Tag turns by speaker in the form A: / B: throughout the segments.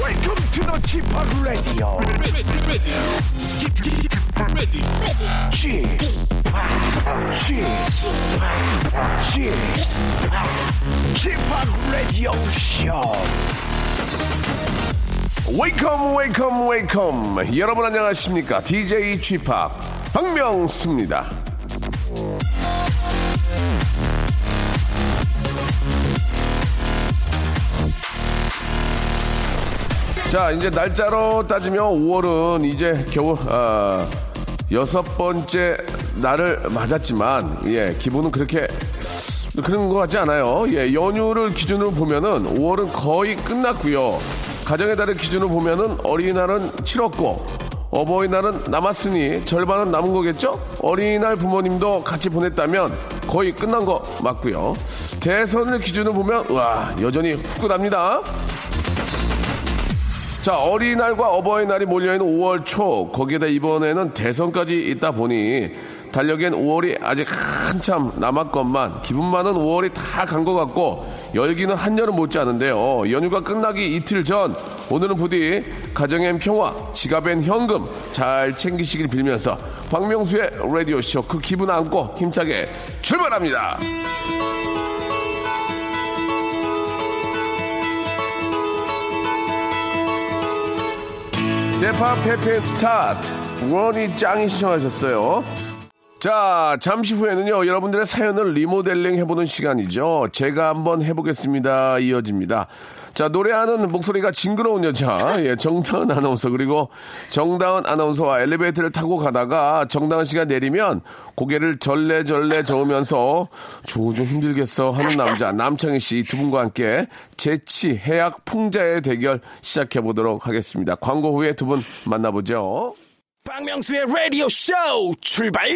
A: Welcome to the Chip Radio. Chip Chip Chip Radio Show. Welcome, welcome, welcome. 여러분 안녕하십니까? DJ Chip 박명수입니다. 자, 이제 날짜로 따지면 5월은 이제 겨우 아, 여섯 번째 날을 맞았지만 예, 기분은 그렇게 그런 것 같지 않아요. 예, 연휴를 기준으로 보면은 5월은 거의 끝났고요. 가정의 달을 기준으로 보면은 어린이날은 치렀고 어버이날은 남았으니 절반은 남은 거겠죠? 어린이날 부모님도 같이 보냈다면 거의 끝난 거 맞고요. 대선을 기준으로 보면 와 여전히 후끈합니다. 자, 어린이날과 어버이날이 몰려있는 5월 초, 거기에다 이번에는 대선까지 있다 보니, 달력엔 5월이 아직 한참 남았건만, 기분만은 5월이 다 간 것 같고, 열기는 한여름 못지 않은데요. 연휴가 끝나기 이틀 전, 오늘은 부디 가정엔 평화, 지갑엔 현금 잘 챙기시길 빌면서, 박명수의 라디오쇼 그 기분 안고 힘차게 출발합니다. 대파 페페 스타트 원이 짱이 시청하셨어요. 자, 잠시 후에는요, 여러분들의 사연을 리모델링 해보는 시간이죠. 제가 한번 해보겠습니다. 이어집니다. 자, 노래하는 목소리가 징그러운 여자, 예, 정다은 아나운서, 그리고 정다은 아나운서와 엘리베이터를 타고 가다가 정다은 씨가 내리면 고개를 절레절레 저으면서 조우 좀 힘들겠어 하는 남자, 남창희 씨 두 분과 함께 재치, 해약, 풍자의 대결 시작해보도록 하겠습니다. 광고 후에 두 분 만나보죠.
B: 박명수의 라디오 쇼 출발!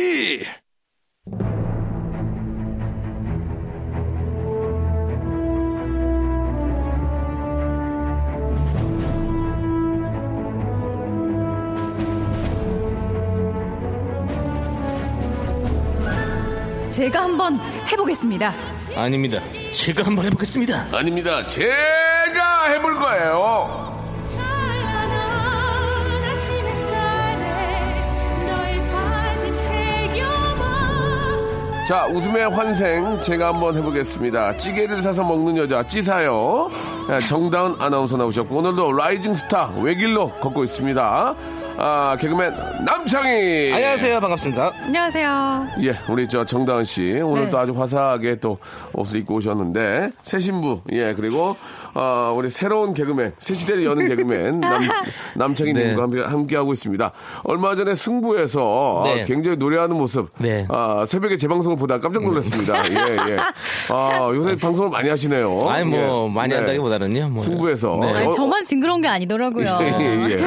C: 제가 한번 해보겠습니다.
B: 아닙니다. 제가 한번 해보겠습니다.
A: 아닙니다. 제가 해볼 거예요.
D: 찬란한 아침 햇살에 너의 다짐 새겨봐
A: 자, 웃음의 환생 제가 한번 해보겠습니다. 찌개를 사서 먹는 여자 찌사요. 자, 정다은 아나운서 나오셨고 오늘도 라이징 스타 외길로 걷고 있습니다. 아, 개그맨 남창희.
E: 안녕하세요 반갑습니다
C: 안녕하세요.
A: 예, 우리 저 정다은 씨
C: 네.
A: 오늘도 아주 화사하게 또 옷을 입고 오셨는데 새 신부 예 그리고 어, 우리 새로운 개그맨 새 시대를 여는 개그맨 남,
E: 네.
A: 남창희님과 함께, 하고 있습니다. 얼마 전에 승부에서
E: 네.
A: 아, 굉장히 노래하는 모습
E: 네.
A: 아, 새벽에 재방송을 보다 깜짝 놀랐습니다. 예, 예. 아 요새 방송을 많이 하시네요.
E: 아니 뭐
A: 예.
E: 많이
A: 네.
E: 한다기보다는요 뭐
A: 승부에서
E: 네.
C: 아니,
A: 어,
C: 저만 징그러운 게 아니더라고요.
A: 예, 예, 예.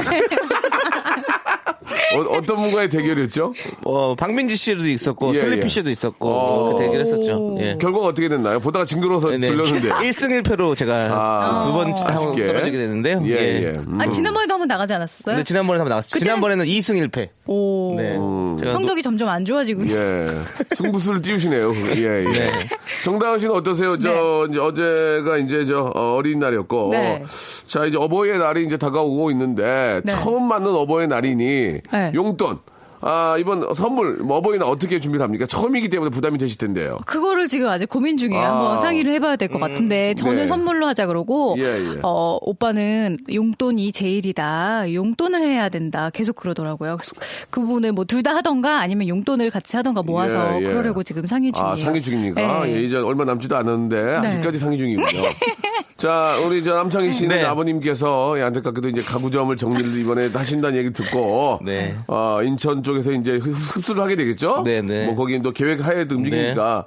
A: 어, 어떤 분과의 대결이었죠?
E: 어, 박민지 씨도 있었고
A: 예,
E: 슬리피
A: 예.
E: 씨도 있었고
A: 어.
E: 그 대결했었죠 예. 네,
A: 결과가 어떻게 됐나요? 보다가 징그러워서 들렸는데
E: 1승 1패로 제가
A: 아,
E: 두 번 하고
A: 아쉽게.
E: 떨어지게 됐는데요
A: 예, 예.
C: 아, 지난번에도 한번 나가지 않았어요?
E: 근데 지난번에 한번 나왔어요
C: 그때는-
E: 지난번에는 2승 1패
C: 오.
E: 네.
A: 음.
E: 제가
C: 성적이 점점 안 좋아지고.
A: 예. 승부수를 띄우시네요. 예, 예.
E: 네.
A: 정다은 씨는 어떠세요? 저, 이제 어제가 이제 저 어, 어린이날이었고.
C: 네.
A: 자, 이제 어버이날이 이제 다가오고 있는데
C: 네.
A: 처음 맞는 어버이날이니
C: 네.
A: 용돈. 아, 이번 선물 뭐 어버이날 어떻게 준비를 합니까? 처음이기 때문에 부담이 되실 텐데요.
C: 그거를 지금 아직 고민 중이에요.
A: 아.
C: 한번 상의를 해봐야 될 것 같은데 저는
A: 네.
C: 선물로 하자 그러고
A: 예, 예.
C: 어, 오빠는 용돈이 제일이다. 용돈을 해야 된다. 계속 그러더라고요. 그래서 그분을 뭐 둘 다 하던가 아니면 용돈을 같이 하던가 모아서
A: 예, 예.
C: 그러려고 지금 상의 중이에요.
A: 아, 상의 중입니까?
C: 예.
A: 예, 이제 얼마 남지도 않았는데 아직까지 상의 중이군요. 자, 우리 저 남창희 씨는
E: 네.
A: 아버님께서 예, 안타깝게도 이제 가구점을 정리를 이번에 하신다는 얘기 듣고,
E: 네.
A: 어, 인천 쪽에서 이제 흡- 흡수를 하게 되겠죠?
E: 네, 네.
A: 뭐 거기는 또 계획 하에 움직이니까,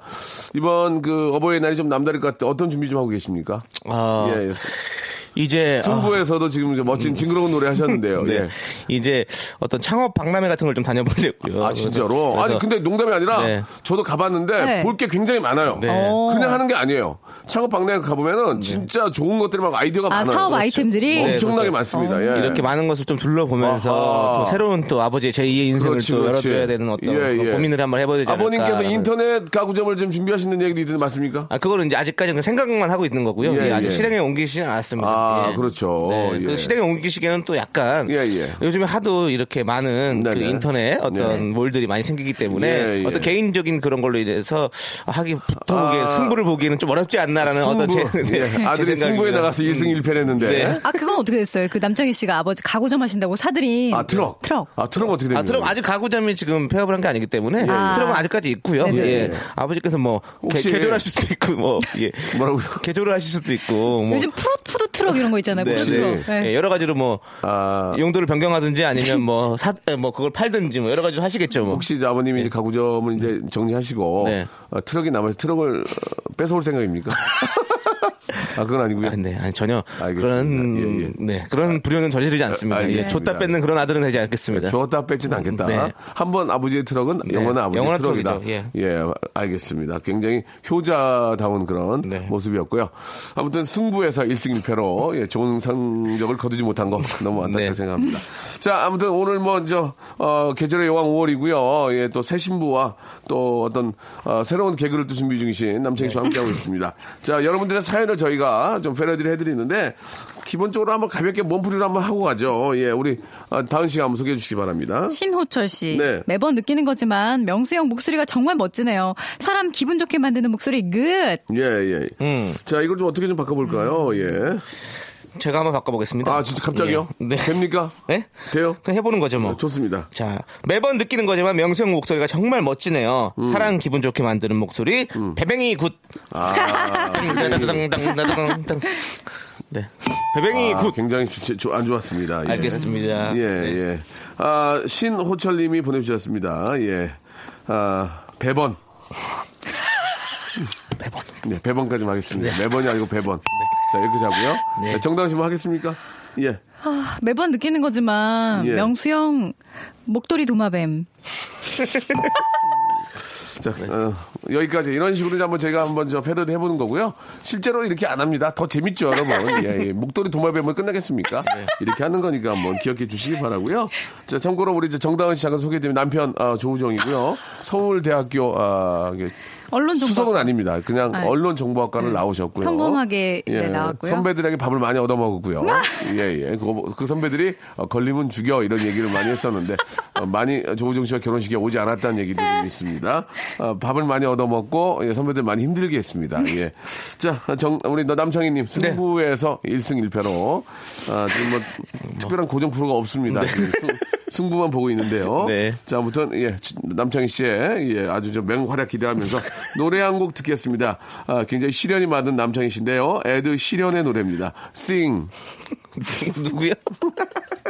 A: 이번 그 어버이날이 좀 남다를 것 같아. 어떤 준비 좀 하고 계십니까?
E: 아,
A: 예.
E: 이제 아,
A: 승부에서도 지금 이제 멋진 징그러운 노래 하셨는데요.
E: 네.
A: 예.
E: 이제 어떤 창업 박람회 같은 걸 좀 다녀보려고요.
A: 아 진짜로?
E: 그래서-
A: 아니 근데 농담이 아니라
E: 네.
A: 저도 가봤는데
C: 네.
A: 볼 게 굉장히 많아요.
E: 네.
C: 어.
A: 그냥 하는 게 아니에요. 창업 박람회 가보면은 진짜 좋은 것들이 막 아이디어가
C: 아,
A: 많아요.
C: 사업
A: 그렇죠.
C: 아이템들이?
A: 뭐
C: 네,
A: 엄청나게
E: 그렇죠.
A: 많습니다. 예.
E: 이렇게 많은 것을 좀 둘러보면서
A: 아하.
E: 또 새로운 또 아버지의 제2의 인생을
A: 그렇지,
E: 또
A: 그렇지.
E: 열어줘야 되는 어떤
A: 예,
E: 그런
A: 예.
E: 고민을 한번 해봐야 되지 않을까.
A: 아버님께서 인터넷 가구점을 지금 준비하시는 얘기도 맞습니까?
E: 아, 그거는 이제 아직까지는 생각만 하고 있는 거고요.
A: 예,
E: 아직
A: 예.
E: 실행에 옮기시진 않았습니다.
A: 아,
E: 예.
A: 그렇죠.
E: 네,
A: 예.
E: 그 실행에 옮기시기에는 또 약간
A: 예, 예.
E: 요즘에 하도 이렇게 많은 그
A: 네네.
E: 인터넷 어떤 몰들이 많이 생기기 때문에
A: 예, 예.
E: 어떤 개인적인 그런 걸로 인해서 하기 붙어보기
A: 아.
E: 승부를 보기에는 좀 어렵지 않나라는 어떤 제,
A: 승부. 예.
E: 제
A: 아들이
E: 생각입니다.
A: 승부에 예. 나가서 1승 1패를 했는데.
E: 네.
C: 아 그건 어떻게 됐어요? 그 남창희 씨가 아버지 가구점 하신다고 사들인
A: 아, 트럭.
C: 트럭.
A: 아, 트럭 어떻게 됩니까?
E: 아, 트럭 아직 가구점이 지금 폐업을 한 게 아니기 때문에
C: 예.
E: 트럭은 아직까지 있고요.
C: 네네.
E: 예.
A: 예.
E: 아버지께서 뭐 개,
A: 혹시-
E: 개조하실 수도 있고 뭐 예.
A: 뭐라고요?
E: 개조를 하실 수도 있고 뭐
C: 요즘 프로 푸드 트럭 이런 거 있잖아요.
E: 네,
C: 푸드 트럭.
E: 네.
C: 네.
E: 예, 여러 가지로 뭐
A: 아,
E: 용도를 변경하든지 아니면 뭐 사 뭐 그걸 팔든지 뭐 여러 가지로 하시겠죠. 뭐.
A: 혹시 이제 아버님이 이제 가구점을 이제 정리하시고
E: 네.
A: 어, 트럭이 남아서 트럭을 어, 뺏어올 생각입니까? 아, 그건 아니고요.
E: 아, 네, 아니 전혀
A: 알겠습니다.
E: 그런
A: 예, 예.
E: 네 그런 불효는 저지르지 않습니다.
A: 아,
E: 예,
A: 알겠습니다. 네,
E: 줬다 뺏는 그런 아들은 되지 않겠습니다.
A: 주었다 뺏진 않겠다.
E: 네.
A: 한 번 아버지의 트럭은 영원한 아버지의
E: 영원한
A: 트럭이다.
E: 트럭이죠.
A: 예. 알겠습니다. 굉장히 효자다운 그런
E: 네.
A: 모습이었고요. 아무튼 승부에서 1승 1패로 예, 좋은 성적을 거두지 못한 거 너무 안타깝게
E: 네.
A: 생각합니다. 자, 아무튼 오늘 먼저 어, 계절의 여왕 5월이고요. 예, 또 새 신부와 또 어떤 어, 새로운 개그를 또 준비 중이신 남창희
E: 네.
A: 씨와 함께하고 있습니다. 자, 여러분들의 사연을 저희가 좀 패러디를 해드리는데 기본적으로 한번 가볍게 몸풀이를 한번 하고 가죠. 예, 우리 어, 다은 씨가 한번 소개해 주시기 바랍니다.
C: 신호철 씨
A: 네.
C: 매번 느끼는 거지만 명수 형 목소리가 정말 멋지네요. 사람 기분 좋게 만드는 목소리 끝.
A: 예, 예.
E: 음.
A: 자, 이걸 좀 어떻게 좀 바꿔볼까요? 예.
E: 제가 한번 바꿔보겠습니다.
A: 아, 진짜 갑자기요?
E: 예. 네.
A: 됩니까?
E: 네?
A: 돼요?
E: 그냥 해보는 거죠 뭐.
A: 좋습니다.
E: 자 매번 느끼는 거지만 명수 형 목소리가 정말 멋지네요.
A: 음.
E: 사랑 기분 좋게 만드는 목소리 배뱅이 굿.
A: 아, 굉장히,
E: 네. 땅땅땅땅땅땅. 네. 배뱅이
A: 아,
E: 굿.
A: 굉장히 좋- 좋- 안 좋았습니다. 예.
E: 알겠습니다.
A: 예,
E: 네.
A: 예. 아, 신호철 님이 보내주셨습니다. 예. 아, 배번.
E: 매번.
A: 네, 배번까지 하겠습니다. 매번이 아니고 배번. 자, 이렇게 자고요.
E: 네.
A: 자, 정당 씨뭐 하겠습니까? 예.
C: 아, 매번 느끼는 거지만
A: 예.
C: 명수 형 목도리 도마뱀.
A: 자,
E: 네.
A: 어, 여기까지 이런 식으로 이제 한번 제가 한번 저 패러디 해보는 거고요. 실제로 이렇게 안 합니다. 더 재밌죠, 여러분. 예, 예. 목도리 도마뱀을 끝나겠습니까?
E: 네.
A: 이렇게 하는 거니까 한번 기억해 주시기 바라고요. 자, 참고로 우리 이제 정다은 씨 잠깐 소개드리면 남편 아, 조우정이고요. 서울대학교 아, 이게
C: 언론 정보.
A: 수석은 아닙니다. 그냥
C: 아.
A: 언론정보학과를 나오셨고요. 예,
C: 평범하게 이제 나왔고요. 아!
A: 선배들에게 밥을 많이 얻어먹었고요. 예, 예. 그, 그 선배들이 어, 걸리면 죽여 이런 얘기를 많이 했었는데 어, 많이 조우정 씨가 결혼식에 오지 않았다는 얘기도
C: 네.
A: 좀 있습니다. 어, 밥을 많이 얻어먹고 예, 선배들 많이 힘들게 했습니다. 예. 자, 정, 우리 남창희님 승부에서 일승일패로 아, 지금 뭐 특별한 고정 프로가 없습니다. 지금 승, 부만 보고 있는데요.
E: 네.
A: 자, 아무튼 예, 남창희 씨의 예, 아주 저 맹활약 기대하면서 노래 한 곡 듣겠습니다. 아, 굉장히 시련이 많은 남창희 씨인데요. 에드 시련의 노래입니다. Sing.
E: 누구요?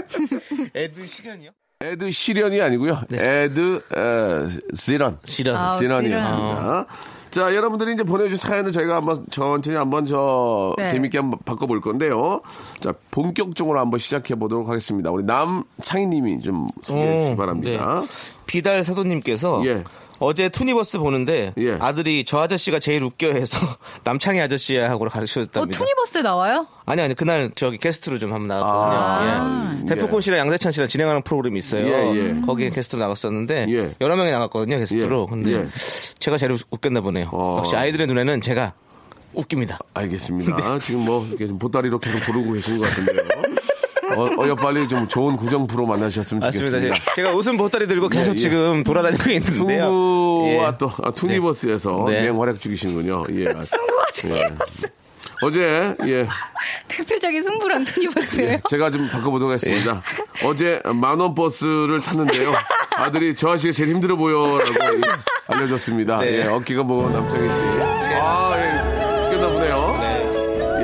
E: 에드 시련이요?
A: 에드 시련이 아니고요. 에드 에, 시련.
E: 시련.
C: 네. 아,
A: 시련이었습니다. 자, 여러분들이 이제 보내주신 사연을 저희가 한번 천천히 한번 저
C: 네.
A: 재밌게 한번 바꿔볼 건데요. 자, 본격적으로 한번 시작해 보도록 하겠습니다. 우리 남창희님이 좀 소개해 예, 주시기
E: 어,
A: 바랍니다.
E: 네. 비달 사도님께서
A: 예.
E: 어제 투니버스 보는데
A: 예.
E: 아들이 저 아저씨가 제일 웃겨 해서 남창희 아저씨야 하고
C: 어
E: 가르쳐줬답니다.
C: 투니버스 나와요?
E: 아니 아니 그날 저기 게스트로 좀 한번 나갔거든요.
A: 아,
E: 예.
A: 예.
E: 대포콘 씨랑 양세찬 씨랑 진행하는 프로그램이 있어요.
A: 예, 예.
E: 거기에 게스트로 나갔었는데
A: 예.
E: 여러 명이 나갔거든요 게스트로.
A: 예.
E: 근데
A: 예.
E: 제가 제일 웃- 웃겼나 보네요.
A: 어.
E: 역시 아이들의 눈에는 제가 웃깁니다.
A: 알겠습니다.
E: 네.
A: 지금 뭐 이렇게 좀 보따리로 계속 부르고 계신 것 같은데요. 어, 여 빨리 좀 좋은 구정 프로 만나셨으면
E: 맞습니다.
A: 좋겠습니다.
E: 제가- 제가 웃음 보따리 들고 계속
A: 예.
E: 지금 돌아다니고 있는데요.
A: 승부와
E: 예.
A: 또 아, 투니버스에서
E: 네.
A: 유행 활약 중이시군요. 예.
C: 승부와
A: 네.
C: 투니버스.
A: 어제 예
C: 대표적인 승부랑 투니버스예요.
A: 제가 좀 바꿔보도록 하겠습니다.
E: 예.
A: 어제 만원 버스를 탔는데요. 아들이 저 아저씨가 제일 힘들어 보여라고 예, 알려줬습니다.
E: 네.
A: 예, 어깨가 뭐 남창희 씨. 아, 예. 끝나보네요.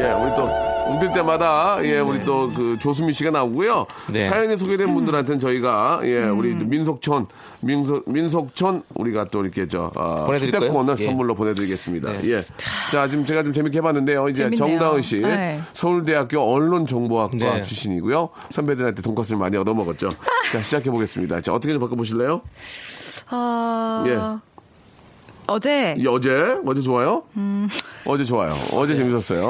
A: 예, 우리 또 웃길 때마다 예 우리 또 그 조수미 씨가 나오고요.
E: 네. 음.
A: 사연이 소개된 분들한테는 저희가 예 우리 민속촌 민속 민속촌 우리가 또 이렇게 저 아,
E: 보내드릴까요?
A: 축대권을
E: 예. 네.
A: 선물로 보내드리겠습니다. 예. 자 지금 제가 좀 재밌게 해봤는데요. 이제
C: 재밌네요.
A: 정다은 씨
C: 네.
A: 서울대학교 언론정보학과
E: 네.
A: 출신이고요. 선배들한테 돈가스를 많이 얻어먹었죠. 자 시작해 보겠습니다. 자 어떻게 좀 바꿔보실래요?
C: 아,
A: 예.
C: 어제
A: 이 어제 어제 좋아요? 어제 좋아요. 어제 재밌었어요.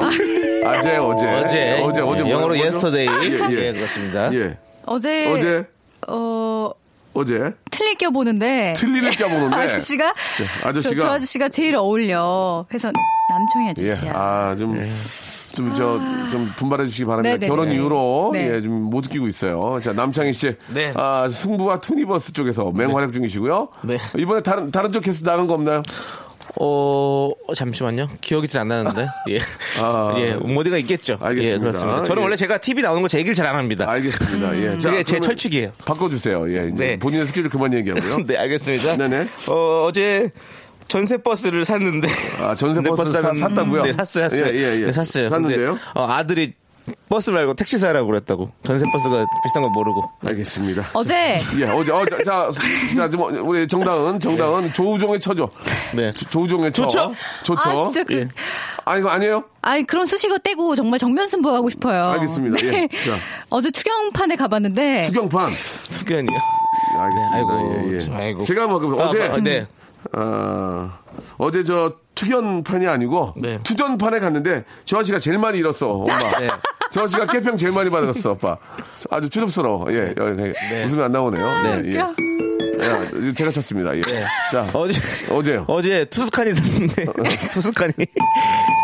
A: 아재 어제
E: 어제
A: 네, 어제 어제 뭐라-
E: 예, 영어로
A: 뭐죠?
E: yesterday
A: 예,
E: 예,
A: 예.
E: 그렇습니다.
A: 예
C: 어제
A: 어제
C: 어
A: 어제
C: 틀릴 껴 보는데
A: 틀리를 껴보는데
C: 아저씨가
A: 저, 아저씨가-
C: 저, 저 아저씨가 제일 어울려. 그래서 남청이
A: 예.
C: 아저씨야.
A: 아, 좀. 좀, 저, 좀 분발해 주시기 바랍니다.
C: 네네네.
A: 결혼 이후로,
C: 네.
A: 예, 좀 못 웃기고 있어요. 자, 남창희 씨.
E: 네.
A: 아, 승부와 투니버스 쪽에서 맹활약 중이시고요.
E: 네.
A: 이번에 다른, 다른 쪽 계속 나간 거 없나요?
E: 어 잠시만요. 기억이 잘 안 나는데. 예.
A: 아.
E: 예. 뭐 어디가 있겠죠.
A: 알겠습니다.
E: 예, 그렇습니다. 저는
A: 예.
E: 원래 제가 TV 나오는 거 제 얘기를 잘 안 합니다.
A: 알겠습니다. 예. 자,
E: 그게 제
A: 그러면
E: 음, 철칙이에요.
A: 바꿔주세요. 예. 이제
E: 네.
A: 본인의 스킬을 그만 얘기하고요.
E: 네, 알겠습니다.
A: 네네.
E: 어, 어제 전세 버스를 샀는데.
A: 아, 전세 버스를 사-
E: 샀는데-
A: 샀다고요?
E: 네, 샀어요, 샀어요.
A: 예, 예, 예.
E: 네, 샀어요.
A: 샀는데요?
E: 근데, 어, 아들이 버스 말고 택시 사라고 그랬다고. 전세 버스가 비싼 거 모르고.
A: 알겠습니다.
C: 어제
A: 예, 어제, 어, 자, 자, 자, 지금 우리 정다은, 정다은, 조우종의 처죠.
E: 네.
A: 조- 조우종의 처.
E: 좋죠?
A: 좋죠.
C: 아 진짜 그,
E: 예.
A: 아, 이거 아니에요?
C: 아니 그런 수식어 떼고 정말 정면 승부하고 싶어요. 네.
A: 알겠습니다. 예. 자.
C: 어제 투경판에 가봤는데
A: 추경판.
E: 수견이요.
A: 알겠습니다.
E: 네, 아이고,
A: 예, 예.
E: 참, 아이고.
A: 제가 뭐 그,
E: 아,
A: 어제
E: 아, 네.
A: 아, 어제 저 투견판이 아니고
E: 네.
A: 투전판에 갔는데 저 아저씨가 제일 많이 잃었어 엄마.
E: 네.
A: 저 아저씨가 깨평 제일 많이 받았어 아빠. 아주 추접스러워. 예, 예, 예. 웃음이 안 나오네요.
E: 아,
A: 예, 예.
C: 웃겨.
A: 야, 제가 쳤습니다. 예. 자
E: 네. 어제.
A: 어제요.
E: 어제 투스칸이 샀는데. 투스칸이.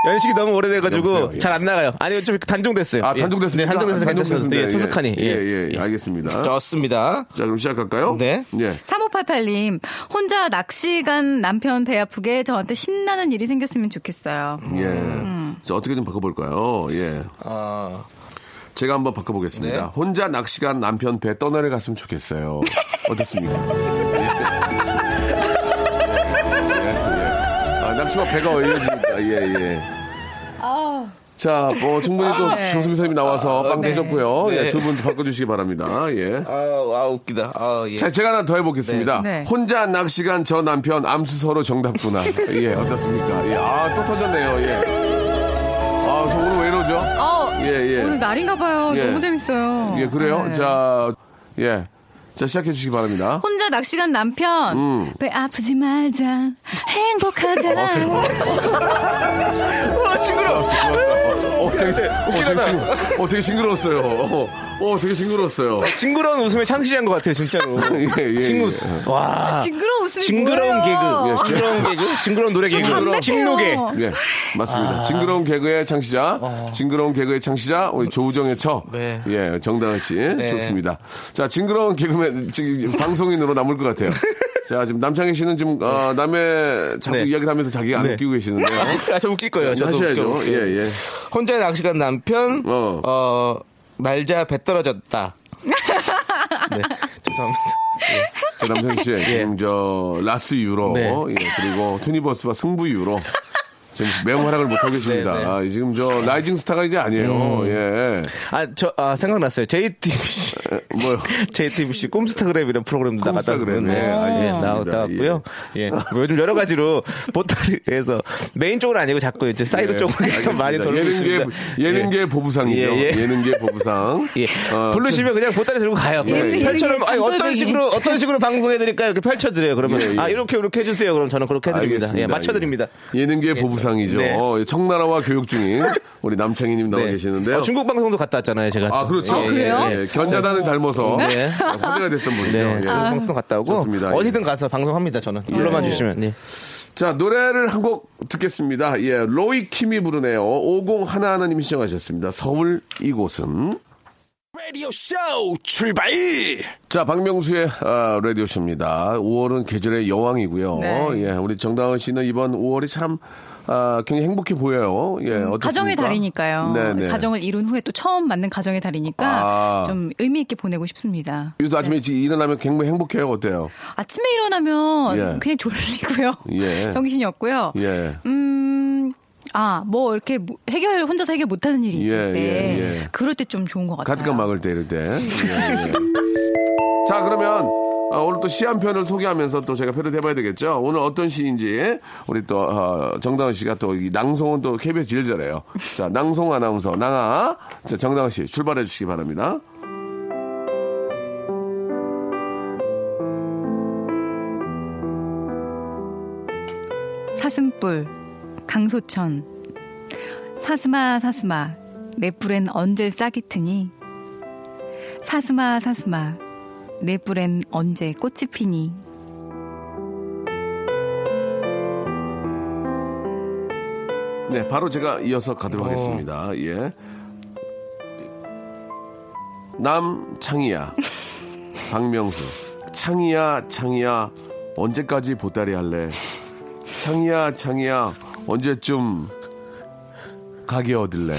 E: 연식이
A: 여보세요,
E: 너무
A: 예.
E: 오래돼가지고 잘 안 나가요. 아니요, 좀 단종됐어요.
A: 아
E: 예.
A: 단종됐습니다.
E: 네, 단종돼서
A: 단종됐습니다.
E: 괜찮습니다. 예, 투스칸이.
A: 예, 예, 예. 알겠습니다. 자
E: 좋습니다.
A: 그럼 시작할까요?
E: 네.
A: 예.
C: 3588님 혼자 낚시 간 남편 배 아프게 저한테 신나는 일이 생겼으면 좋겠어요.
A: 예. 자, 어떻게 좀 바꿔볼까요? 예. 제가 한번 바꿔보겠습니다.
E: 네.
A: 혼자 낚시 간 남편 배 떠나려 갔으면 좋겠어요. 어떻습니까? 예. 예, 예. 아, 낚시와 배가 어울려집니다. 예, 예. 자, 뭐, 충분히 또
C: 네.
A: 조수미 선생님이 나와서 빵
C: 네.
A: 드셨고요.
E: 네.
A: 예, 두 분 바꿔주시기 바랍니다. 예.
E: 아, 아, 웃기다. 아, 예.
A: 자, 제가 하나 더 해보겠습니다.
C: 네. 네.
A: 혼자 낚시 간 저 남편 암수서로 정답구나. 예, 어떻습니까? 예, 아, 또 터졌네요. 예. 아, 저 오늘 왜 이러죠?
C: 어,
A: 예, 예.
C: 오늘 날인가 봐요.
A: 예.
C: 너무 재밌어요.
A: 예, 그래요?
C: 네.
A: 자, 예. 자, 시작해 주시기 바랍니다.
C: 혼자 낚시 간 남편
A: 음.
C: 배 아프지 말자 행복하자
E: 아, 징그러워.
A: 어, 되게, 시- 어, 되게, 싱그러, 어, 되게 싱그러웠어요. 어, 어, 되게 징그러웠어요.
E: 징그러운 웃음에 창시한 것 같아요, 진짜로.
A: 예, 예,
E: 친구.
A: 예.
E: 와.
C: 징그러운 웃음이
E: 징그러운
C: 뭐예요?
E: 개그.
A: 예.
E: 징그러운 개그. 징그러운 노래
C: 좀
E: 개그.
C: 담백해요. 어.
E: 징노개.
A: 예,
E: 아.
A: 맞습니다. 징그러운 개그의 창시자, 징그러운 개그의 창시자, 우리 조우정의 처.
E: 어. 네.
A: 예, 정다은 씨.
E: 네.
A: 좋습니다. 자, 징그러운 개그맨, 지금 방송인으로 남을 것 같아요. 자, 지금 남창희 씨는 지금, 어, 남의 자꾸
E: 네.
A: 이야기를 하면서 자기 안
E: 네.
A: 웃기고 계시는데요.
E: 아, 저 웃길 거예요. 저도
A: 하셔야죠.
E: 웃겨.
A: 예, 예.
E: 혼자 낚시간 남편,
A: 어.
E: 어, 날자 배 떨어졌다. 네, 죄송합니다.
A: 자, 남창희 씨. 지금 저, 라스 이후로,
E: 예. 네.
A: 예, 그리고 투니버스와 승부 이후로. 지금 맹활약을 못하고 계십니다.
E: 네, 음. 네.
A: 아, 지금 저, 라이징 스타가 이제 아니에요. 예.
E: 아, 저, 아, 생각났어요. JTBC.
A: 뭐요?
E: JTBC 꼼스타그램이라는 프로그램도
A: 꼼스타그램,
E: 나갔다는데.
A: 예, 알겠습니다.
E: 나왔다고요. 예. 뭐 요즘 여러 가지로 보따리에서 메인 쪽은 아니고 자꾸 이제 사이드
A: 예,
E: 쪽으로 해서
A: 알겠습니다.
E: 많이 돌고
A: 예능계
E: 있습니다.
A: 예능계 보부상이죠.
E: 예, 예.
A: 예. 능계 보부상.
E: 예.
A: 어,
E: 부르시면 그냥 보따리 들고 가요.
A: 예, 예.
E: 펼쳐놓으면 아니 어떤
C: 중독이.
E: 식으로 어떤 식으로 방송해 드릴까 이렇게 펼쳐 드려요. 그러면
A: 예, 예.
E: 아 이렇게 이렇게 해 주세요. 그럼 저는 그렇게 해 드립니다.
A: 알겠습니다.
E: 예, 맞춰 드립니다.
A: 예. 예능계 보부상이죠.
E: 네.
A: 어, 청나라와 교육 중인 우리 남창희님 나와 계시는데요.
E: 어, 중국 방송도 갔다 왔잖아요, 제가.
A: 아 그렇죠.
E: 예, 예,
C: 그래요?
A: 예, 예. 견자단을 닮아서
E: 네.
A: 화제가 됐던 분이죠.
E: 네,
A: 예.
E: 중국 방송도 갔다 오고
A: 좋습니다. 예.
E: 어디든 가서 방송합니다. 저는 불러만 주시면. 예.
A: 자 노래를 한 곡 듣겠습니다. 예, 로이 킴이 부르네요. 50 하나 하나님이 시청하셨습니다. 서울 이곳은.
B: 라디오 쇼 출발!
A: 자, 박명수의 아, 라디오쇼입니다. 5월은 계절의 여왕이고요.
C: 네.
A: 예, 우리 정다은 씨는 이번 5월이 참 아, 굉장히 행복해 보여요. 예, 어떻습니까?
C: 음, 가정의 달이니까요.
A: 네네.
C: 가정을 이룬 후에 또 처음 만난 가정의 달이니까
A: 아.
C: 좀 의미 있게 보내고 싶습니다.
A: 요즘 아침에
C: 네.
A: 지- 일어나면 굉장히 행복해요. 어때요?
C: 아침에 일어나면
A: 예.
C: 그냥 졸리고요.
A: 예.
C: 정신이 없고요.
A: 예.
C: 음, 아, 뭐 이렇게 무- 해결 혼자서 해결 못하는 일이 있을
A: 예,
C: 때
A: 예, 예.
C: 그럴 때 좀 좋은 것 같아요.
A: 가득가 막을 때 이럴 때. 예, 예. 자 그러면 아, 오늘 또 시 한 편을 소개하면서 또 제가 표를 해봐야 되겠죠. 오늘 어떤 시인지 우리 또 어, 정다은 씨가 또 이 낭송은 또 KBS 제일 잘해요. 자 낭송 아나운서 낭아 자, 정다은 씨 출발해 주시기 바랍니다.
C: 사슴뿔 강소천 사슴아 사슴아 내 뿔엔 언제 싹이 트니 사슴아 사슴아 내 뿔엔 언제 꽃이 피니
A: 네 바로 제가 이어서 가도록 하겠습니다. 예. 남창희야 박명수 창희야 창희야 언제까지 보따리 할래 창희야 창희야 언제쯤 가게 얻을래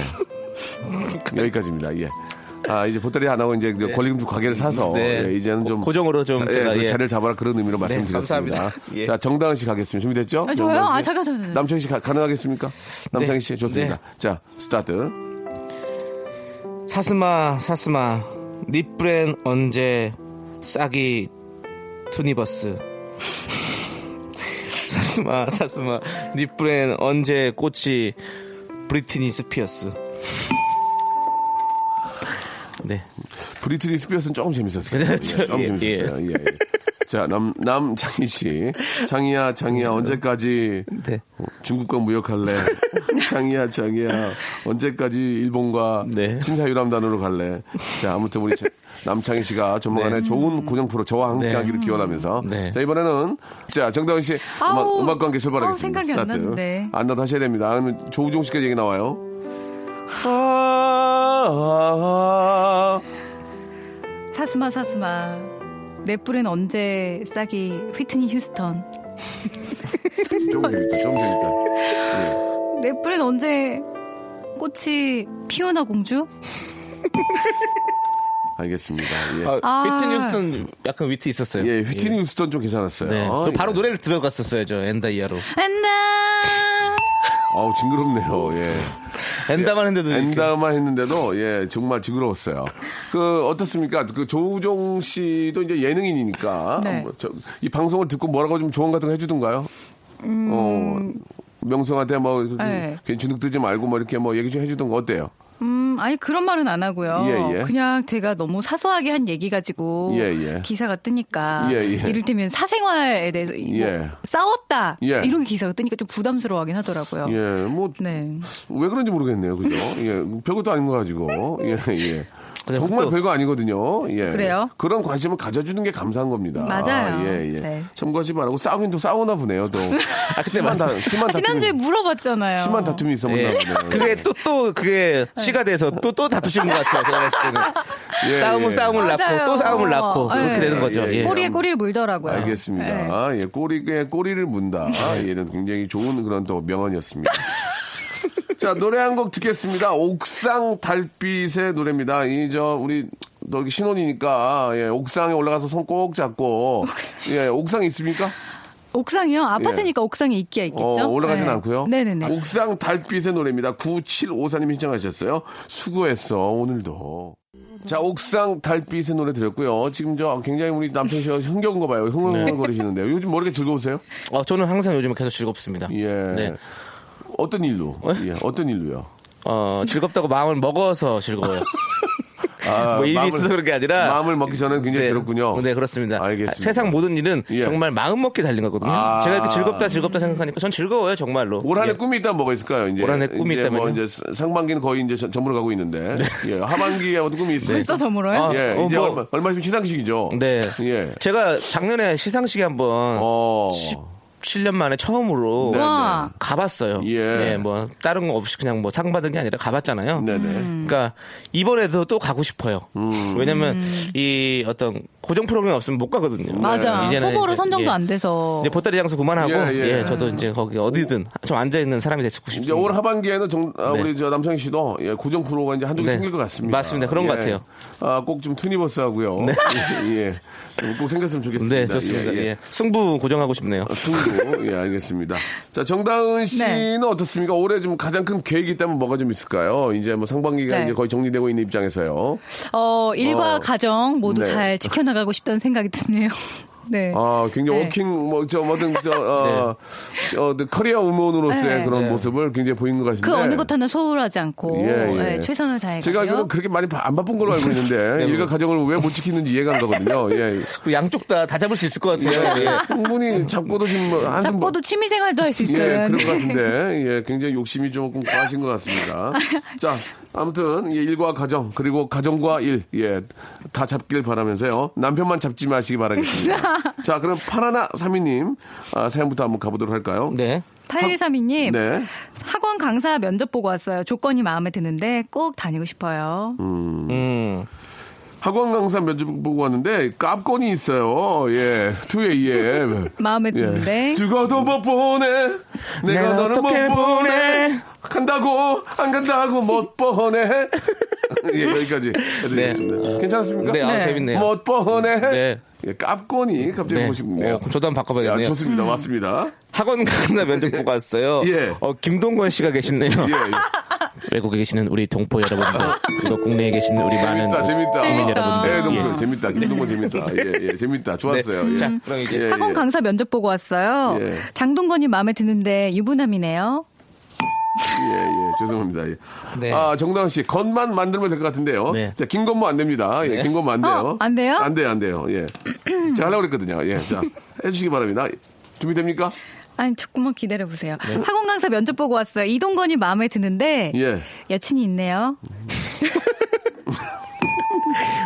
A: 여기까지입니다 예아 이제 보따리 안 하고 이제 권리금주 가게를 사서
E: 네.
A: 예, 이제는 좀
E: 고- 고정으로 좀
A: 자, 예,
E: 제가,
A: 그
E: 예.
A: 자리를 잡아라 그런 의미로 말씀드렸습니다
E: 감사합니다. 예.
A: 자 정다은 씨 가겠습니다 준비됐죠
C: 아, 저요?
A: 정다은 씨?
C: 아, 잠깐, 잠깐, 잠깐.
A: 남창희 씨 가, 가능하겠습니까 남창희 씨 좋습니다
E: 네.
A: 자 스타트
E: 사슴아 사슴아 니 뿔엔 언제 싹이 투니버스 사슴아 사슴아 니 뿔엔 언제 꽃이 브리트니 스피어스 네
A: 브리트니 스피어스는 조금 재밌었어요. 예,
E: 그렇죠.
A: 조금
E: 예,
A: 재밌었어요. 예, 예. 자, 남, 남창희 씨. 창희야, 창희야, 언제까지
E: 네.
A: 어, 중국과 무역할래? 창희야, 창희야, 언제까지 일본과
E: 네.
A: 신사유람단으로 갈래? 자, 아무튼 우리 자- 남창희 씨가 조만간에 좋은 고정 프로 저와 함께
E: 네.
A: 하기를 기원하면서.
E: 네.
A: 자, 이번에는 자, 정다은 씨
C: 아우,
A: 음악, 음악과 함께 출발하겠습니다.
C: 아우, 생각이 안 났는데.
A: 안 나도 하셔야 됩니다. 아니면 조우종 씨까지 얘기 나와요. 아, 아, 아.
C: 사슴아 사슴아 내 뿔엔 언제 싹이 휘트니 휴스턴
A: 조금 재밌다, 조금 재밌다.
C: 내 뿔엔 언제 꽃이 피오나 공주
A: 알겠습니다. 예.
E: 아,
C: 아.
E: 위트 뉴스턴 약간 위트 있었어요
A: 예, 휘트니 휴스턴 좀 괜찮았어요.
E: 네.
A: 아,
E: 그럼 바로
A: 예.
E: 노래를 들어갔었어요 저 엔다이아로
C: 안나
A: 아우, 징그럽네요. 예.
E: 엔다만 했는데도 네, 이렇게.
A: 엔다만 했는데도, 예, 정말 징그러웠어요. 그, 어떻습니까? 그, 조우종 씨도 이제 예능인이니까.
C: 네.
A: 한번 저, 이 방송을 듣고 뭐라고 좀 조언 같은 거 해주던가요? 어, 명성한테 뭐,
C: 음. 네.
A: 괜히 주눅 들지 말고 뭐 이렇게 뭐 얘기 좀 해주던 거 어때요?
C: 음, 아니 그런 말은 안 하고요.
A: 예, 예.
C: 그냥 제가 너무 사소하게 한 얘기 가지고
A: 예, 예.
C: 기사가 뜨니까
A: 예, 예.
C: 이를테면 사생활에 대해서 이 뭐
A: 예.
C: 싸웠다
A: 예.
C: 이런 기사가 뜨니까 좀 부담스러워하긴 하더라고요.
A: 예, 뭐,
C: 네.
A: 왜 그런지 모르겠네요. 그죠? 예, 별것도 아닌 거 가지고. 예, 예.
E: 근데
A: 정말
E: 그것도-
A: 별거 아니거든요. 예.
C: 그래요?
A: 그런 관심을 가져주는 게 감사한 겁니다.
C: 맞아요.
A: 예, 예.
C: 네.
A: 참고하지 말라고 싸우긴 또 싸우나 보네요, 또. 아,
E: 근데
A: 심한, 다, 심한
C: 아, 지난주에
A: 다툼이,
C: 물어봤잖아요.
A: 심한 다툼이 있어
E: 예.
A: 보나 보네요.
E: 그게 또 또 그게
C: 네.
E: 시가 돼서 또 또 다투시는 것 같아요 제가 봤을 때는
A: 예,
E: 싸움은
A: 예.
E: 싸움을
C: 맞아요.
E: 낳고 또 싸움을 낳고
C: 예.
E: 그렇게 되는 거죠
A: 예, 예.
E: 예.
C: 꼬리에 꼬리를 물더라고요. 예.
A: 아, 알겠습니다. 예, 꼬리에 꼬리를 문다.
C: 네.
A: 예, 이런 굉장히 좋은 그런 또 명언이었습니다. 자, 노래 한 곡 듣겠습니다. 옥상 달빛의 노래입니다. 이, 저, 우리, 너 이렇게 신혼이니까, 예, 옥상에 올라가서 손 꼭 잡고, 예, 옥상에 있습니까?
C: 옥상이요. 아파트니까 옥상에 있기야 있겠죠.
A: 예. 어, 올라가진
C: 네.
A: 않고요.
C: 네네네.
A: 옥상 달빛의 노래입니다. 9754님 신청하셨어요. 수고했어 오늘도. 자, 옥상 달빛의 노래 들었고요. 지금 저 굉장히 우리 남편 씨가 흥겨운 거 봐요. 흥얼흥얼거리시는데요. 요즘 뭐 이렇게 즐거우세요?
E: 어, 저는 항상 요즘 계속 즐겁습니다.
A: 예.
E: 네.
A: 어떤 일로? 예, 어떤 일로요?
E: 어, 즐겁다고 마음을 먹어서 즐거워요.
A: 아,
E: 뭐 일이
A: 마음을-
E: 있어서 그런 게 아니라
A: 마음을 먹기 전에 굉장히
E: 네.
A: 괴롭군요.
E: 네, 그렇습니다.
A: 예, 알겠습니다.
E: 아, 세상 모든 일은
A: 예.
E: 정말 마음 먹기 달린 거거든요.
A: 아.
E: 제가 이렇게 즐겁다 즐겁다 생각하니까 전 즐거워요, 정말로.
A: 올 한해
E: 예.
A: 꿈이 있다면 뭐가 있을까요? 이제
E: 올 한해 꿈이
A: 이제 뭐
E: 있다면요? 네.
A: 이제 상반기는 거의 이제 전- 전무로 가고 있는데 예, 하반기에 어떤 꿈이 있어요?
C: 벌써 저물어요?
E: 아,
A: 예,
E: 어,
A: 이제
E: 뭐-
A: 얼마, 얼마 있으면 시상식이죠.
E: 네.
A: 예.
E: 제가 작년에 시상식에 한번
A: 어.
E: 7년 만에 처음으로
A: 네.
C: 와.
E: 가봤어요.
A: 예.
E: 네, 뭐 다른 거 없이 그냥 뭐 상 받은 게 아니라 음. 가봤잖아요.
A: 네네.
E: 음. 그러니까 이번에도 또 가고 싶어요. 왜냐면 이 어떤 고정 프로그램 없으면 못 가거든요.
A: 네.
C: 맞아.
E: 이제는
C: 후보로
E: 이제,
C: 선정도
E: 예.
C: 안 돼서.
E: 이제 보따리 장수 그만하고
A: 예,
E: 예,
A: 예.
E: 저도 이제 거기 어디든 좀 앉아 있는 사람이 되고
A: 이제
E: 싶습니다.
A: 올 하반기에는 정- 아,
E: 네.
A: 우리 저 남성희 씨도 예, 고정 프로가 이제 한두 개
E: 네.
A: 생길 것 같습니다.
E: 맞습니다. 그런 것 같아요.
A: 아, 꼭 좀 투니버스 하고요. 예. 좀꼭 생겼으면 좋겠습니다.
E: 네, 좋습니다.
A: 예, 예.
E: 예. 어, 승부 고정하고 싶네요.
A: 아, 승부. 예, 알겠습니다. 자,
C: 네.
A: 정다은 씨는 어떻습니까? 올해 좀 가장 큰 계획이 있다면 뭐가 좀 있을까요? 이제 뭐 상반기가
C: 네.
A: 이제 거의 정리되고 있는 입장에서요.
C: 어, 일과
A: 어.
C: 가정 모두
A: 네.
C: 잘 지켜나가고 싶다는 생각이 드네요. 네.
A: 아, 굉장히
C: 네.
A: 워킹, 뭐, 저, 뭐든, 저, 어, 어, 커리어 우먼으로서의
C: 네.
A: 그런
E: 네.
A: 모습을 굉장히 보인 것 같은데.
C: 그 어느 것 하나 소홀하지 않고 예, 최선을 다해가요.
A: 네. 제가 알기로는 그렇게 많이 바- 안 바쁜 걸로 알고 있는데 일과 가정을 왜 못 지키는지 이해가 안 가거든요. 예.
E: 그리고 양쪽 다 다 잡을 수 있을 것 같아요. 예.
A: 충분히 잡고도 지금 뭐 한숨
C: 잡고도 취미 생활도 할 수
A: 예,
C: 있어요.
A: 그런
C: 네.
A: 것 같은데, 예, 굉장히 욕심이 조금 과하신 것 같습니다. 자, 아무튼, 예, 일과 가정, 그리고 가정과 일, 예, 다 잡길 바라면서요. 남편만 잡지 마시기 바라겠습니다. 자, 그럼 파라나 사미님, 아, 사연부터 한번 가보도록 할까요?
E: 네.
C: 8132님,
A: 네.
C: 학원 강사 면접 보고 왔어요. 조건이 마음에 드는데 꼭 다니고 싶어요.
E: 음.
A: 학원 강사 면접 보고 왔는데, 깝건이 있어요. 예, 2AM.
C: 마음에
A: 예.
C: 드는데.
A: 죽어도 못 보내. 내가,
E: 내가
A: 너를 못
E: 어떻게
A: 보내.
E: 보내.
A: 간다고 안 간다고 못 보내. 예 여기까지 해드리겠습니다. 괜찮습니까?
E: 네, 아,
C: 네.
E: 재밌네요.
A: 못 보내.
E: 네.
A: 예, 깝건이 갑자기
E: 네.
A: 보고 싶네요.
E: 어, 그럼 저도 한번
A: 야,
E: 바꿔봐야겠네요. 음.
A: 좋습니다. 왔습니다.
E: 학원 강사 면접 보고 왔어요.
A: 예.
E: 어, 김동건 씨가 계시네요.
A: 예, 예.
E: 외국에 계시는 우리 동포 여러분들, 그리고 국내에 계시는 우리 많은
A: 재밌다, 재밌다.
E: 국민
A: 예,
E: 여러분들.
A: 동표 재밌다. 김동건 재밌다. 예, 예, 재밌다. 좋았어요.
E: 네.
A: 예.
E: 자, 그럼 이제
A: 예,
C: 학원
A: 예.
C: 강사 면접 보고 왔어요.
A: 예.
C: 장동건이 마음에 드는데 유부남이네요.
A: 예, 예, 죄송합니다. 예.
E: 네.
A: 아, 정다은 씨, 건만 만들면 될 것 같은데요.
E: 네.
A: 자, 긴 건뭐 안 됩니다. 예, 긴 건뭐 안 돼요.
C: 어, 안 돼요?
A: 안 돼요, 안 돼요. 예. 제가 하려고 그랬거든요. 예, 자, 해주시기 바랍니다. 준비됩니까?
C: 아니, 조금만 기다려보세요. 학원 강사 면접 보고 왔어요. 이동건이 마음에 드는데
A: 네. 예.
E: 네,
C: 여친이 있네요.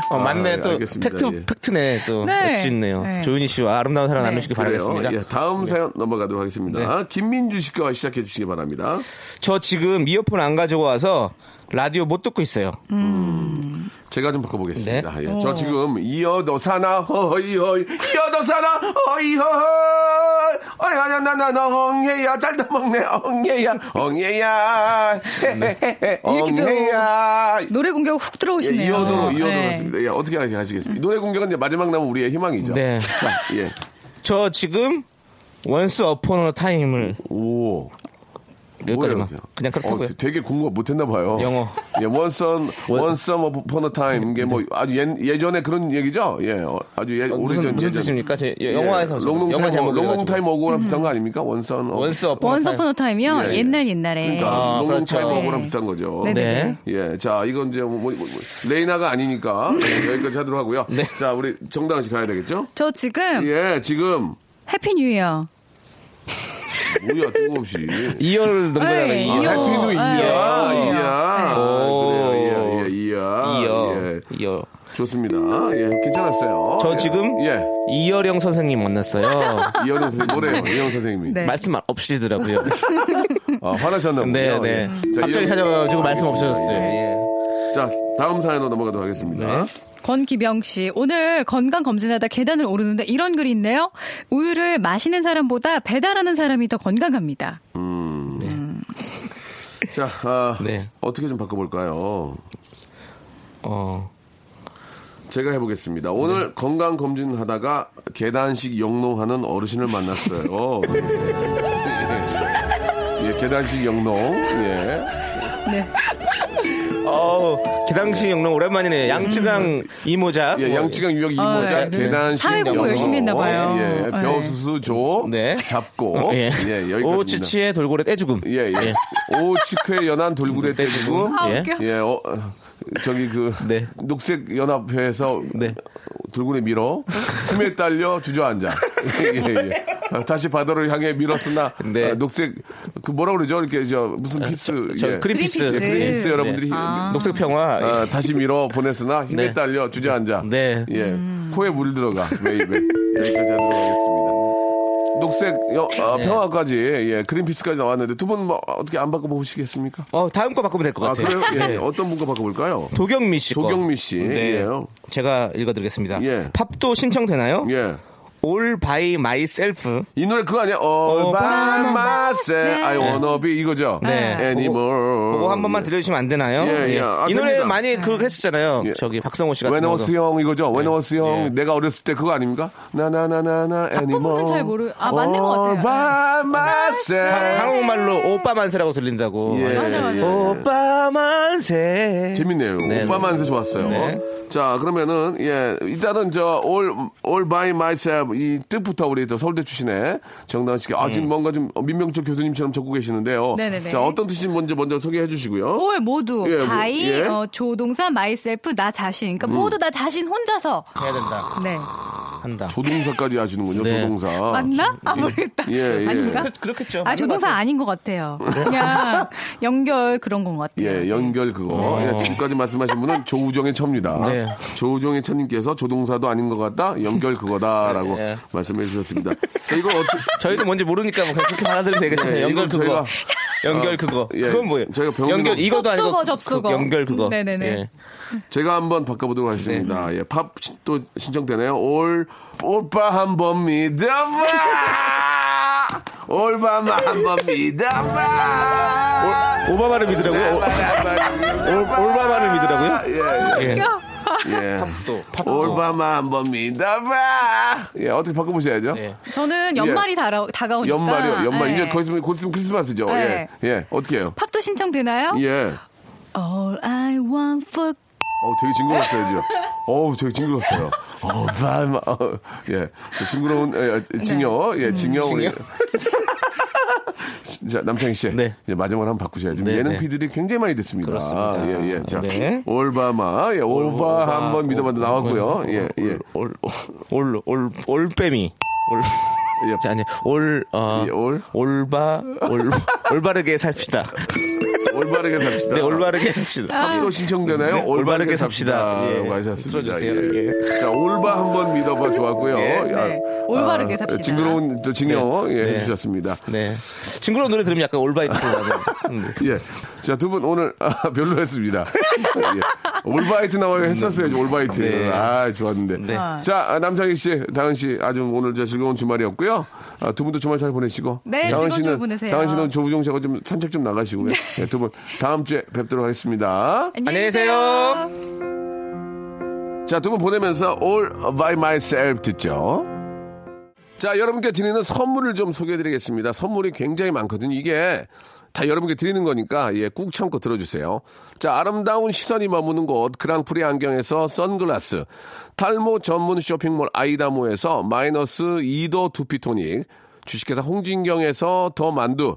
E: 어,
A: 아,
E: 맞네.
A: 예,
E: 또
A: 알겠습니다.
E: 팩트,
A: 예.
E: 팩트네. 또
C: 네.
E: 역시 있네요.
C: 네.
E: 조윤희 씨와 아름다운 사랑 나누시길 바라겠습니다. 네.
A: 그래요. 예, 다음 사연 넘어가도록 하겠습니다. 김민주 씨가 시작해 주시기 바랍니다.
E: 저 지금 이어폰 안 가지고 와서 라디오 못 듣고 있어요.
A: 제가 좀 바꿔보겠습니다.
C: 네. 어.
A: 예, 저 지금 이어도 사나 허이 허이 이어도 사나 허이 허이 어이 아냐 나나 엉해야 잘다 먹네 엉해야 엉해야 헤헤헤헤
C: 네. 이렇게 좀
A: 엉해야
C: 노래 공격 훅 들어오시네요.
A: 예, 이어도로 이어도로
C: 네.
A: 했습니다. 예, 어떻게 하게 하시겠습니까? 이 노래 공격은 이제 마지막 남은 우리의 희망이죠.
E: 네.
A: 자, 예.
E: 저 지금 원스 어폰 어
A: 음.
E: 타임을
A: 오.
E: 여기까지만
A: 뭐예요,
E: 그냥 그렇다고요.
A: 어, 되게 공부 못했나 봐요.
E: 영어.
A: 예, 원선 원썸 upon a time 이게 뭐 아주 예, 전에 그런 얘기죠. 예, 어, 아주 예,
E: 무슨,
A: 오래전
E: 무슨
A: 예전.
E: 뜻입니까? 제 영화에서
A: 롱롱
E: 영화
A: 타임
E: 제목을
A: 롱롱
E: 해가지고.
A: 타임 오고 비슷한 거 아닙니까? 원선 어,
E: 원스 어폰 어
C: 원스
E: 타임.
C: 오픈 어 타임이요?
A: 예, 예.
C: 옛날 옛날에.
A: 그러니까
E: 아,
A: 롱롱
E: 그렇죠.
A: 타임 오고랑
C: 네.
A: 비슷한 거죠.
C: 네.
E: 네.
A: 예, 자 이건 이제 뭐, 뭐, 뭐, 레이나가 아니니까 여기까지 하도록 하고요.
E: 네.
A: 자 우리 정당 씨 가야 되겠죠?
C: 저 지금
A: 예, 지금
C: 해피 뉴 이어.
A: 뭐야 뜬금없이.
E: 2열 넘겨야
C: 에이,
A: 아,
C: 이어.
A: 해피 누 이야,
C: 네.
A: 이야,
E: 오.
A: 그래요, 이야, 이야, 이야.
E: 2열.
A: 예.
E: 2열.
A: 좋습니다. 예, 괜찮았어요.
E: 저
A: 예.
E: 지금
A: 예.
E: 이열영 선생님 만났어요.
A: 이현우 선생님 노래요. 이현우 선생님이.
C: 네.
E: 말씀 없이더라고요.
A: 아, 화나셨나 보네요.
E: 네,
A: 예.
E: 네.
A: 자,
E: 갑자기
A: 이현우-
E: 찾아와가지고 말씀
A: 알겠습니다.
E: 없으셨어요. 예.
A: 예. 자, 다음 사연으로 넘어가도록
E: 네.
A: 하겠습니다.
C: 권기병 씨, 오늘 건강 검진하다 계단을 오르는데 이런 글이 있네요. 우유를 마시는 사람보다 배달하는 사람이 더 건강합니다.
A: 자, 아,
E: 네.
A: 어떻게 좀 바꿔볼까요?
E: 어.
A: 제가 해보겠습니다. 오늘
E: 네.
A: 건강 검진하다가 계단식 영농하는 어르신을 만났어요. 예. 예, 계단식 영농. 예.
C: 네.
E: 어우, 기당시 영롱 오랜만이네. 양쯔강 이모작.
A: 음. 예, 양치강 유역
C: 뭐, 아,
A: 이모자
C: 네, 네.
A: 계단식
C: 사회 공부
A: 영어,
C: 열심히 했나 봐요.
A: 예,
C: 네. 어,
A: 벼수수 조
E: 네.
A: 잡고 예,
E: 예.
A: 여기까지.
E: 오치치의 돌고래 떼죽음.
A: 예,
C: 네.
A: 예. 오치크의 연한 돌고래 떼주고
C: 아,
E: 예.
C: 웃겨.
A: 예, 어, 어, 저기 그
E: 네.
A: 녹색 연합회에서
E: 네.
A: 돌고래 밀어 힘에 딸려 주저앉아. 예, 예. 아, 다시 바다를 향해 밀었으나
E: 네.
A: 아, 녹색 그 뭐라 그러죠? 이렇게 저 무슨 피스
E: 저
A: 예.
E: 그린피스.
C: 아,
E: 네.
C: 그린피스.
A: 예, 그린피스 여러분들이
E: 녹색 평화. 예.
A: 아, 다시 밀어 보냈으나 힘에
E: 네.
A: 딸려 주저앉아.
E: 네.
A: 예. 코에 물 들어가. 웨이브. 여기까지 하도록 하겠습니다. 녹색 여- 어,
E: 네.
A: 평화까지 예, 그린피스까지 나왔는데 두 분 뭐, 어떻게 안 바꿔 보시겠습니까?
E: 어, 다음 거 바꾸면 될 것
A: 아
E: 같아요. 네.
A: 그래요? 예, 어떤 분과 바꿔 볼까요?
E: 도경미 씨. 거. 네.
A: 도경미 씨. 예요.
E: 제가 읽어드리겠습니다.
A: 예.
E: 팝도 신청되나요?
A: 예.
E: All by myself.
A: 이 노래 그거 아니야? All
E: 어,
A: by
E: by
A: myself, I wanna be 이거죠?
C: 네.
A: Anymore.
E: 그거 한 번만 들려주시면 안 되나요?
A: 어, 예, 예. 아,
E: 이 노래
A: 됩니다.
E: 많이 그 했었잖아요.
A: 예.
E: 저기 박성호 씨 같은
A: When I
E: 거.
A: was young 이거죠? When I was young.
E: 예.
A: 내가 어렸을 때 그거 아닙니까? 나나나나나 Anymore.
C: 부분은 잘 모르- 아, 맞는 것 같아요. 네.
A: All by myself.
E: 한국말로 오빠 만세라고 들린다고.
A: 예.
C: 맞아, 맞아.
E: 오빠 만세.
A: 재밌네요.
E: 네.
A: 오빠만세 좋았어요.
E: 네.
A: 자, 그러면은, 예, 일단은 저, all, all by myself 이 뜻부터 우리 또 서울대 출신의 정다은 씨께, 아,
E: 네.
A: 지금 뭔가 좀 민명철 교수님처럼 적고 계시는데요.
C: 네네네.
A: 자, 어떤 뜻인지 먼저, 먼저 소개해 주시고요.
C: 올 모두
A: 예, 뭐,
C: 바이
A: 예. 음.
C: 어, 조동사 마이셀프 나 자신 그러니까 모두 나 자신 혼자서
E: 해야 된다.
C: 네
E: 한다.
A: 조동사까지 하시는군요,
E: 네.
A: 조동사.
C: 맞나 아 모르겠다
A: 예, 예.
C: 아닌가
E: 그렇- 그렇겠죠.
C: 아 조동사 아닌 것 같아요 그냥 연결 그런 건 것 같아요
E: 네.
A: 예, 연결 그거. 예, 지금까지 말씀하신 분은 조우정의 처입니다.
E: 어. 네.
A: 조우정의 처님께서 조동사도 아닌 것 같다, 연결 그거다라고
E: 네.
A: 말씀해 주셨습니다. 자, 이거 어떻게.
E: 저희도 뭔지 모르니까 뭐 그냥 그렇게 받아들이면 되겠죠.
A: 예,
E: 연결
A: 이건
E: 그거.
A: 저희가-
E: 연결
A: 어,
E: 그거.
A: 예,
E: 그건 뭐예요?
A: 저희가 병원에
E: 연결
A: 가면-
E: 이거도 아니고
C: 접속어, 접속어.
E: 그- 연결 그거.
C: 네네네.
E: 예.
A: 제가 한번 바꿔보도록 하겠습니다. 예, 팝 또 신청되네요. 올 오빠 한 번 믿어봐. 올바마 한 번 믿어봐.
E: 오바마를 믿으라고요?
A: 네.
E: 올- 올바마를 믿으라고요?
A: 예,
E: 예.
A: 예. 예.
E: 팝도, 팝도.
A: 올바마 한 번 믿어봐. 예, 어떻게 바꿔보셔야죠.
E: 예.
C: 저는 연말이 다라, 다가오니까
A: 연말이요, 연말.
C: 예.
A: 이제 거의 있으면 곧 있으면 크리스마스죠.
C: 네.
A: 예, 예. 어떻게 해요?
C: 팝도 신청 되나요?
A: 예.
C: All I want for
A: 어우, 되게 징그러웠어요, 지금. 어우, 되게 징그러웠어요. 어, 마 예. 징그러운, 예,
C: 네.
A: 예, 징여.
C: 음,
A: 예, 징여. 우리. 자, 남창희 씨.
E: 네.
A: 이제 마지막으로 한번 바꾸셔야죠. 지금
E: 네,
A: 예능
E: 네.
A: 피들이 굉장히 많이 됐습니다.
E: 그렇습니다.
A: 예, 예. 자,
E: 네.
A: 올바마. 예, 올바
E: 올바, 네,
A: 한번 믿어봐도
E: 올-
A: 나왔고요. 예, 예.
E: 올, 올, 올, 올빼미. 올.
A: 예.
E: 자, 아니, 올, 어,
A: 예, 올?
E: 올바, 올, 올바르게 삽시다.
A: 올바르게 삽시다.
E: 네, 올바르게 삽시다.
A: 또 신청되나요?
E: 네,
A: 올바르게
E: 올바르게
A: 삽시다.
E: 삽시다. 예.
A: 라고 하셨습니다.
E: 들어주세요.
A: 예. 자, 올바 한번 믿어봐 좋았고요.
E: 예.
A: 아,
C: 네. 올바르게 삽시다.
A: 징그러운, 저 징여. 예,
E: 네.
A: 해주셨습니다.
E: 네. 징그러운 노래 들으면 약간 올바이트 나는. 음.
A: 예. 자, 두 분 오늘 아, 별로였습니다. 예. 올바이트 나와요. 했었어야지, 올바이트.
E: 네.
A: 아, 좋았는데.
E: 네.
A: 자, 아, 남창희 씨, 다은 씨, 아주 오늘 저 즐거운 주말이었고요. 아, 두 분도 주말 잘 보내시고.
C: 네,
A: 다은
C: 즐거운
A: 씨는,
C: 주말 보내세요.
A: 다은 씨는 조우종 씨하고 좀 산책 좀 나가시고요. 예, 두 분, 다음 주에 뵙도록 하겠습니다.
E: 안녕히 계세요.
A: 자, 두 분 보내면서 All by myself 듣죠. 자, 여러분께 드리는 선물을 좀 소개해 드리겠습니다. 선물이 굉장히 많거든요. 이게 다 여러분께 드리는 거니까, 예, 꾹 참고 들어주세요. 자, 아름다운 시선이 머무는 곳, 그랑프리 안경에서 선글라스, 탈모 전문 쇼핑몰 아이다모에서 마이너스 2도 두피토닉, 주식회사 홍진경에서 더 만두,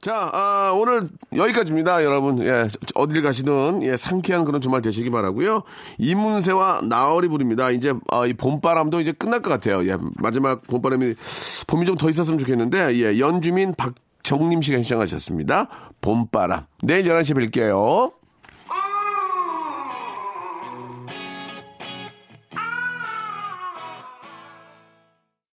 A: 자, 아, 오늘 여기까지입니다, 여러분. 예, 어딜 가시든, 예, 상쾌한 그런 주말 되시기 바라고요 이문세와 나얼이 부릅니다. 이제, 아, 이 봄바람도 이제 끝날 것 같아요. 예, 마지막 봄바람이, 봄이 좀 더 있었으면 좋겠는데, 예, 연주민 박정림 씨가 시청하셨습니다. 봄바람. 내일 11시에 뵐게요.